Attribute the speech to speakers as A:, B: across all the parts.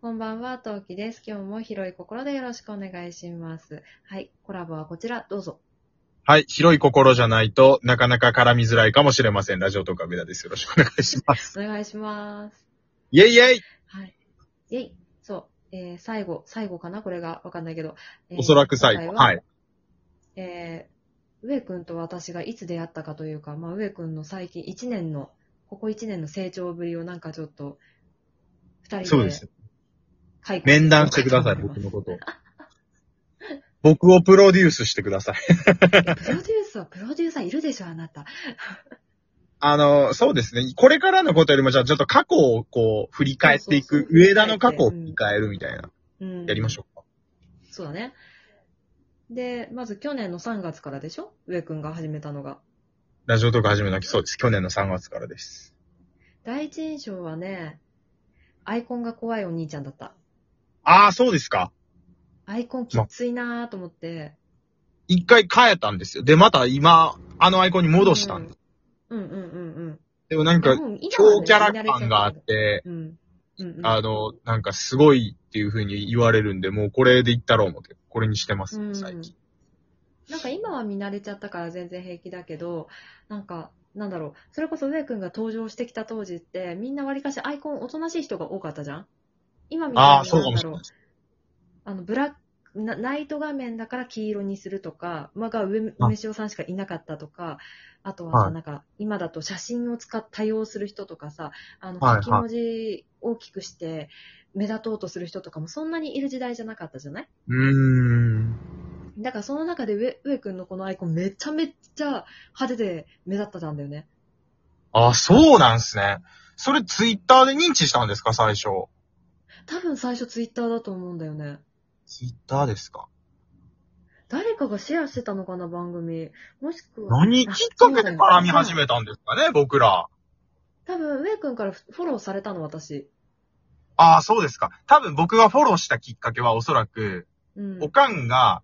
A: こんばんは、トウキです。今日も広い心でよろしくお願いします。はい、コラボはこちら、どうぞ。
B: はい。広い心じゃないとなかなか絡みづらいかもしれません。ラジオとか上田です。よろしくお願いします。
A: お願いします。
B: イェイイェイ
A: はい。イェイ。そう。えー、最後、最後かなこれがわかんないけど。えー
B: おそらく最後。
A: 今回
B: はい。
A: えー、上くんと私がいつ出会ったかというか、まあ、上くんの最近1年の、ここ1年の成長ぶりをなんかちょっと、二人
B: そう
A: で
B: です。
A: 解決
B: 面談してく だ さい、僕のこと。僕をプロデュースしてください。
A: プロデューサー、プロデューサーいるでしょ、あなた。
B: あの、そうですね。これからのことよりも、じゃあちょっと過去をこう、振り返ってい
A: そうそ。う
B: く
A: そう
B: 上田の過去を振り返るみたいな。
A: うん。
B: やりましょうか。
A: そうだね。で、まず去年の3月からでしょ上くんが始めたのが。
B: ラジオとか始めなきそうです。去年の3月からです。
A: 第一印象はね、アイコンが怖いお兄ちゃんだった。
B: ああ、そうですか。
A: アイコンきっついなーと思って。
B: 一回変えたんですよ。で、また今、あのアイコンに戻したんです。
A: うんうんうんうん。
B: でもなんか、
A: もう今はね
B: 強キャラ感があっ。て、
A: うん。うんうん、
B: あの、なんかすごいっていう風に言われるんで、もうこれでいったろう思って、これにしてます
A: う
B: ね、
A: ん
B: 最近。
A: なんか今は見慣れちゃったから全然平気だけど、なんか、なんだろう、それこそ上君が登場してきた当時って、みんなわりかしアイコンおとなしい人が多かったじゃん今みたいに
B: ああ、そうか
A: なん
B: も
A: だ
B: し
A: ろ
B: れな
A: う
B: い。、
A: あの、ブラック、なナイト画面だから黄色にするとか、まあが上、
B: あ
A: 梅塩さんしかいなかったとか、あとはさ、
B: はい
A: なんか、今だと写真を使っ多用する人とかさ、あの、
B: はい
A: 書き文字大きくして目立とうとする人とかもそんなにいる時代じゃなかったじゃないう
B: ーん。
A: だからその中で上上くんのこのアイコンめちゃめちゃ派手で目立ってたんだよね。
B: ああ、そうなんすね。それツイッターで認知したんですか、最初。
A: 多分最初ツイッターだと思うんだよね。
B: ツイッターですか。
A: 誰かがシェアしてたのかな、番組。もしくは。
B: 何きっかけで絡み始めたんですかね、僕ら。
A: 多分上くんからフォローされたの、私。
B: ああ、そうですか。多分僕がフォローしたきっかけはおそらく、
A: うん。
B: おかんが、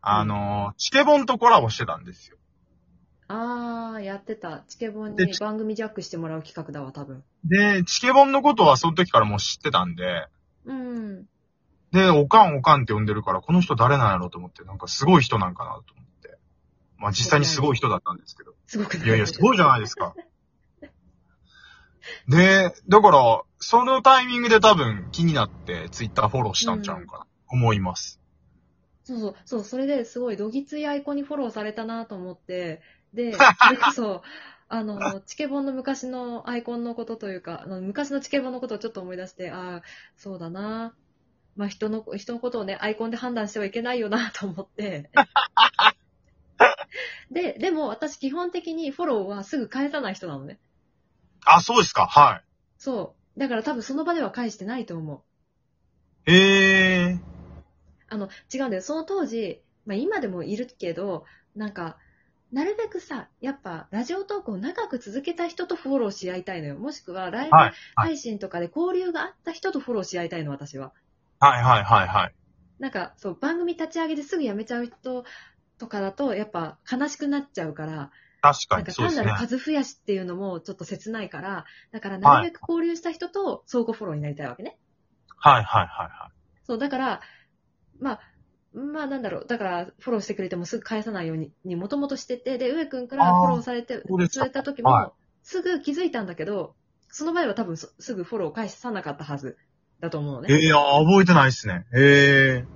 B: あの、チケボンとコラボしてたんですよ。
A: あー、やってた。チケボン
B: で
A: に番組ジャックしてもらう企画だわ、多分。
B: で、チケボンのことはその時からもう知ってたんで、
A: うん。
B: で、おかんおかんって呼んでるから、この人誰なんやろうと思って、なんかすごい人なんかなと思って。まあ実際にすごい人だったんですけど。
A: すごくない
B: いやいや、すごいじゃないで すか。で、だから、そのタイミングで多分気になって、ツイッターフォローしたんちゃうんかな、思います。
A: そうそう、そう、それですごいどぎついアイコンにフォローされたなと思って、で、そ れこそ、あの、チケボンの昔のアイコンのことというか、あの昔のチケボンのことをちょっと思い出して、ああ、そうだなまあ人の、人のことをね、アイコンで判断してはいけないよなと思って。 で、でも私基本的にフォローはすぐ返さない人なのね。
B: あ、そうですか、は
A: そう。だから多分その場では返してないと思う。
B: い。へえ。
A: あの、違うんだよ。その当時、まあ今でもいるけど、なんか、なるべくさ、やっぱ、ラジオトークを長く続けた人とフォローし合いたいのよ。もしくは、ライブ
B: はいはい
A: 配信とかで交流があった人とフォローし合いたいの、私は。
B: はいはいはいはい。
A: なんか、そう、番組立ち上げですぐ辞めちゃう人とかだと、やっぱ、悲しくなっちゃうから、
B: 確
A: な
B: か
A: ん
B: に
A: か
B: そうで
A: 単
B: す
A: な
B: ね
A: る。数増やしっていうのもちょっと切ないから、だから、なるべく交流した人と相互フォローになりたいわけね。
B: はいはいはいはい。
A: そう、だから、まあ、まあなんだろう、だから、フォローしてくれてもすぐ返さないように、にもともとしてて、で、上くんから
B: あー
A: フォローされて
B: そう、です
A: さ
B: か
A: れた時も、
B: は
A: すぐ気づいたんだけど、その前は多分そすぐフォロー返さなかったはずだと思うのね。
B: ええあ覚えてないっすね。へえ。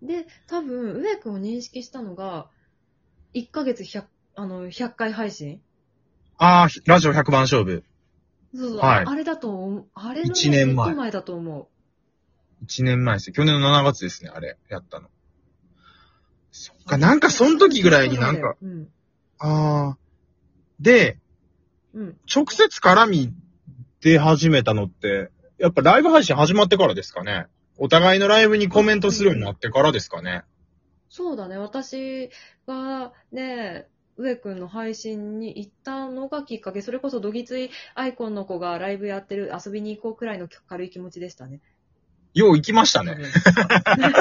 A: で、多分、上くんを認識したのが、1ヶ月100、あの、100回配信
B: ああ、ラジオ100番勝負。
A: そうそう、
B: はい
A: あれだと思う、あれの
B: 一年前
A: もっと前だと思
B: 1年前ですよ。去年の7月ですね、あれ、やったの。そっか、なんかその時ぐらいになんか、
A: う。うん。
B: ああ。で、
A: うん。
B: 直接絡みで始めたのって、やっぱライブ配信始まってからですかね。お互いのライブにコメントするようになってからですかね。
A: そうだね、私がね、上くんの配信に行ったのがきっかけ、それこそどぎついアイコンの子がライブやってる、遊びに行こうくらいの軽い気持ちでしたね。
B: よう行きました
A: 多
B: ね。
A: 分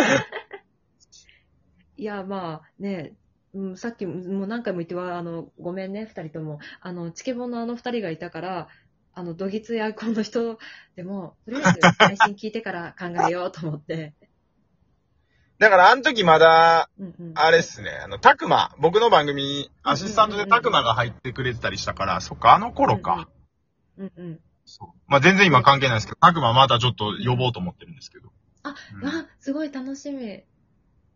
A: いや、まあね、うん、さっきももう何回も言っては、あの、ごめんね、二人とも。あの、チケボンのあの二人がいたから、あの、どぎついアイコンの人でも、とりあえず配信聞いてから考えようと思って。
B: だから、あの時まだ、
A: うんうん。
B: あれっすね、あの、たくま、僕の番組、アシスタントでたくまが入ってくれてたりしたから、そっか、あの頃か。
A: うんうん。
B: そう。まあ、全然今関係ないですけど、たくままたちょっと呼ぼうと思ってるんですけど。
A: あ
B: うん、
A: あ、すごい楽しみ。いいね、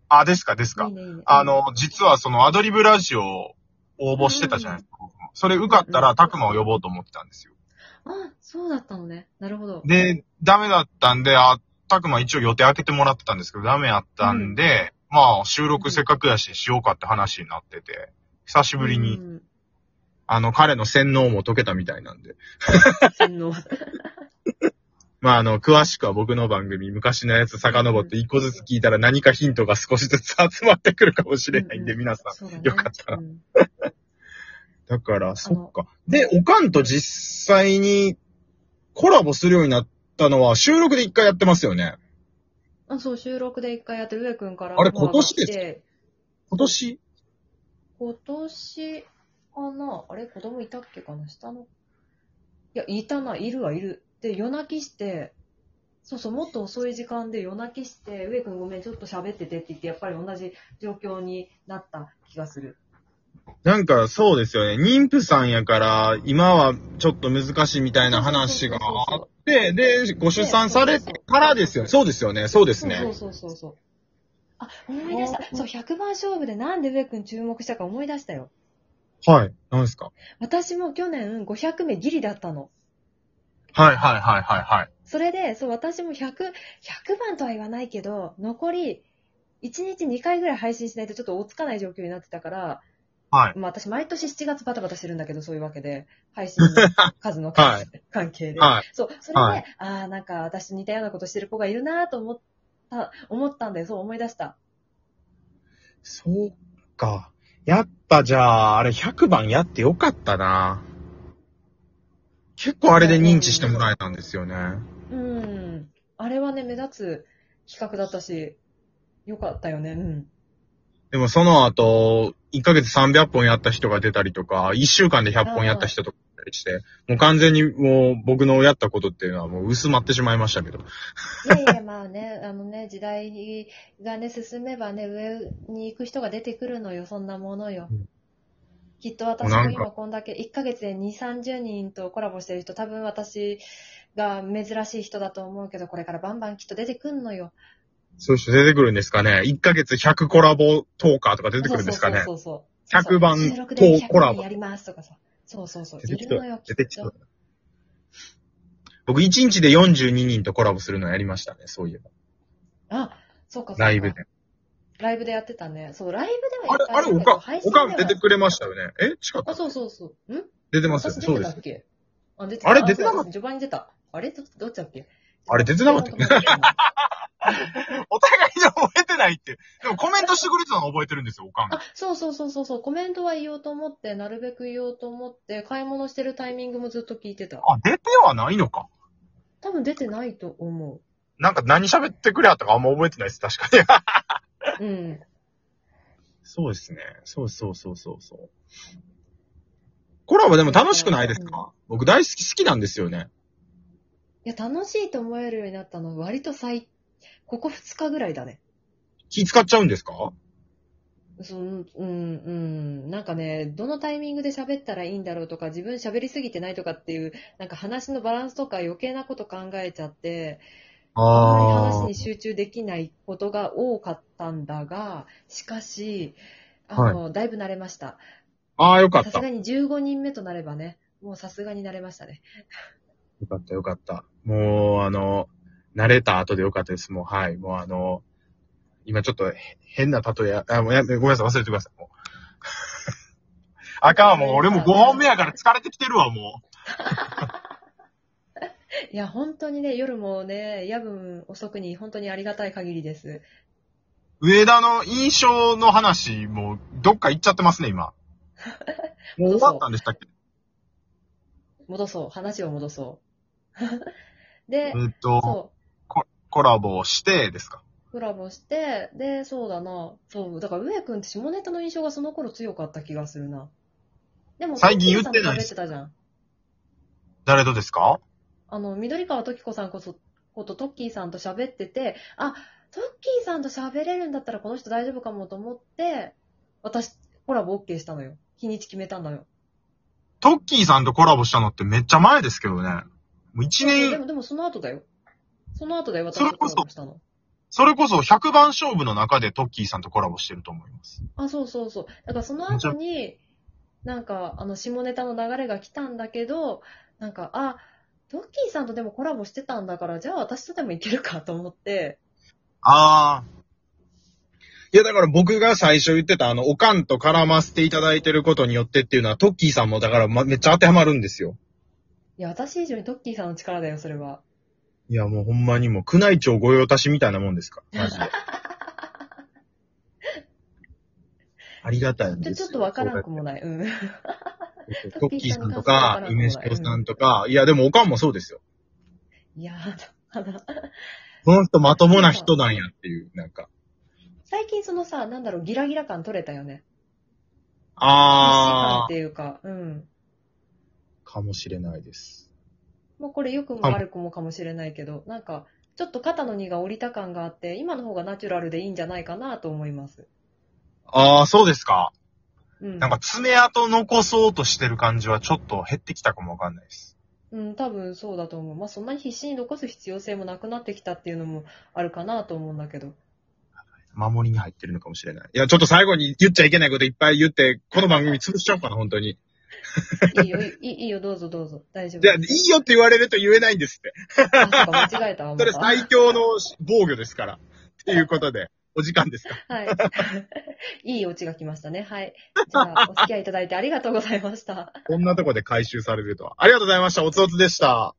B: あ、ですか、ですか
A: いい。ね。
B: あ、の、実はそのアドリブラジオを応募してたじゃないですか。僕もそれ受かったら、たくまを呼ぼうと思ってたんですよ。
A: あ、そうだったのね。なるほど。
B: で、ダメだったんで、あ、たくま一応予定開けてもらってたんですけど、ダメやったんで、まあ、収録せっかくやし、しようかって話になってて、久しぶりに、
A: うん
B: あの、彼の洗脳も解けたみたいなんで。
A: 洗脳。
B: まあ、あの、詳しくは僕の番組、昔のやつ遡って一個ずつ聞いたら何かヒントが少しずつ集まってくるかもしれないんで、
A: う
B: 皆さん。
A: そうだね。
B: よかったら
A: うん
B: だから、そっか。で、おかんと実際にコラボするようになったのは収録で一回やってますよね。
A: あ、そう、収録で一回やって、上くんから。
B: あれ今年です
A: す
B: 今年
A: 今年かなあれ子供いたっけかな下の。いや、いたな、いるはいる。で、夜泣きして、そうそう、もっと遅い時間で夜泣きして、上くんごめん、ちょっと喋っててって言って、やっぱり同じ状況になった気がする。
B: なんかそうですよね。妊婦さんやから、今はちょっと難しいみたいな話が
A: そうそうそう
B: あ
A: そう
B: って、で、ご出産されてからですよ。そうですよね。そうです
A: そう
B: ね。
A: そうそうそう。あ、思い出した。そう、100番勝負でなんで上くん注目したか思い出したよ。
B: はい。なんですか
A: 私も去年500名ギリだったの。
B: はいはいはいはいはい。
A: それで、そう、私も100、100番とは言わないけど、残り、1日2回ぐらい配信しないとちょっと追いつかない状況になってたから、
B: はい。
A: まあ私毎年7月バタバタしてるんだけど、そういうわけで、配信の数の関,、
B: はい
A: 関係で。
B: はい。
A: そう、それで、
B: はい
A: ああ、なんか私と似たようなことしてる子がいるなと思った、思ったんだよ。そう思い出した。
B: そうか。やっぱじゃあ、あれ100番やってよかったな。結構あれで認知してもらえたんですよね。
A: うん。あれはね、目立つ企画だったし、よかったよね。うん。
B: でもその後、1ヶ月300本やった人が出たりとか、1週間で100本やった人とかいたりして、もう完全にもう僕のやったことっていうのはもう薄まってしまいましたけど。
A: いやいや、まあね、 あのね、時代がね、進めばね、上に行く人が出てくるのよ、そんなものよ
B: うん。
A: きっと私
B: な
A: も
B: んか
A: 今こんだけ、1ヶ月で2、30人とコラボしてる人、多分私が珍しい人だと思うけど、これからバンバンきっと出てくんのよ。
B: そういう人出てくるんですかね ?1 ヶ月100コラボトーカーとか出てくるんですかね
A: そうそうそうそう。
B: 100番
A: 収録で
B: とコラ
A: 100
B: ボ
A: 人やりますとかさ。そうそうそう。い
B: 出てき
A: る
B: た
A: のよ、き
B: 出て
A: っ
B: きた
A: と。。
B: 僕1日で42人とコラボするのやりましたね、そういえば。
A: あ、そうかそうか。
B: ライブで。。
A: ライブでやってたね。そう、ライブで
B: あ
A: は
B: れ、あれ、おかん、おかん出て
A: る。
B: くれましたよね。え近く
A: あ、そうそうそう。ん
B: 出てますよ
A: 私
B: ね。
A: 出
B: そ
A: て
B: うで
A: た
B: す
A: っ。けあれ
B: あれ出てなかった
A: 序盤に出た。あれどどっちだっけ
B: あれ出てなかったっけ
A: た。
B: お互いに覚えてないって。でもコメントしてくれてたの覚えてるんですよ、おかん
A: あ、そうそうそうそうそう。コメントは言おうと思って、なるべく言おうと思って、買い物してるタイミングもずっと聞いてた。
B: あ、出てはないのか。
A: 多分出てないと思
B: なんか何喋ってくれやったかあんま覚えてないです、確かに。
A: う。うん。
B: そうですね。そうそうそうそうそう。コラボでも楽しくないですか、僕大好き、好きなんですよね。
A: いや、楽しいと思えるようになったの、割と最、ここ2日ぐらいだね。
B: 気使っちゃうんですか
A: そのうん、うん、なんかね、どのタイミングで喋ったらいいんだろうとか、自分喋りすぎてないとかっていう、なんか話のバランスとか余計なこと考えちゃって、あんまり話に集中できないことが多かったんだが、しかし、あの、だいぶ慣れました。
B: ああ、よかっ
A: さす
B: た。よ
A: がに15人目となればね、もうさすがに慣れましたね。
B: かった、よかった。もう、あの、慣れた後でよかったです。もう、はい。もう、あの、今ちょっとへ変な例えや、あもうやめごめんなさい、忘れてください。もうあかんわ、もう俺も5本目やから疲れてきてるわ、もう。
A: いや、本当にね、夜もね、夜分遅くに本当にありがたい限りです。
B: 上田の印象の話、もう、どっか行っちゃってます ね、今。もう終わったんでしたっけ
A: 戻そう。話を戻そう。 で、
B: えっと、
A: そ
B: コラボしてですか
A: う、コラボして、で、そうだな、そう、だから上くんって下ネタの印象がその頃強かった気がするな。でも、
B: 最近言ってない
A: 喋ってたじゃん。
B: 誰とですか
A: あの、緑川時子さんこそ、ことトッキーさんと喋ってて、あ、トッキーさんと喋れるんだったらこの人大丈夫かもと思って、私、コラボ OK したのよ。日にち決めたのよ。
B: トッキーさんとコラボしたのってめっちゃ前ですけどね。もう一
A: で
B: 年、
A: も、でもその後だよ。その後だよ、私
B: それ
A: とコ
B: こそ
A: ラボしたの。
B: それこそ100番勝負の中でトッキーさんとコラボしてると思います。
A: あ、そうそうそう。だからその後に、なんか、あの、下ネタの流れが来たんだけど、なんか、あ、ドッキーさんとでもコラボしてたんだから、じゃあ私とでもいけるかと思って、
B: ああ。いや、だから僕が最初言ってた、あの、おかんと絡ませていただいてることによってっていうのは、トッキーさんもだから、ま、めっちゃ当てはまるんですよ。
A: いや、私以上にドッキーさんの力だよ、それは。
B: いや、もうほんまにもう、宮内庁御用達みたいなもんですから、マジ で。ありがたいん
A: ちょ、
B: です
A: ち
B: よ
A: ょっとわからんくもない。うん。
B: トッキーさんとか、イメシコさんとか、いや、でもおかんもそうですよ。
A: いやー、あの
B: この人まともな人なんやっていう、なんか。
A: 最近そのさ、なんだろう、ギラギラ感取れたよね。必死感
B: あ
A: っていうか、うん。
B: ー、かもしれないです。
A: まあこれ良くも悪くもかもしれないけど、なんか、ちょっと肩の荷が下りた感があって、今の方がナチュラルでいいんじゃないかなと思います。
B: あー、そうですか。
A: うん。
B: なんか爪痕残そうとしてる感じはちょっと減ってきたかもわかんないです。
A: うん、多分そうだと思う。まあ、そんなに必死に残す必要性もなくなってきたっていうのもあるかなと思うんだけど。
B: 守りに入ってるのかもしれない。いや、ちょっと最後に言っちゃいけないこといっぱい言って、この番組潰しちゃおうかな、本当に。
A: いいよ、いいいいよ、どうぞどうぞ。大丈夫。
B: じゃあ、いいよって言われると言えないんですって。
A: あ、そうか、間違えたわ。また
B: それ最強の防御ですから。っていうことで、お時間ですか。
A: はい。 いいオチが来ましたね。はい。じゃあ、お付き合いいただいてありがとうございました。
B: こんなとこで回収されるとは。ありがとうございました。おつおつでした。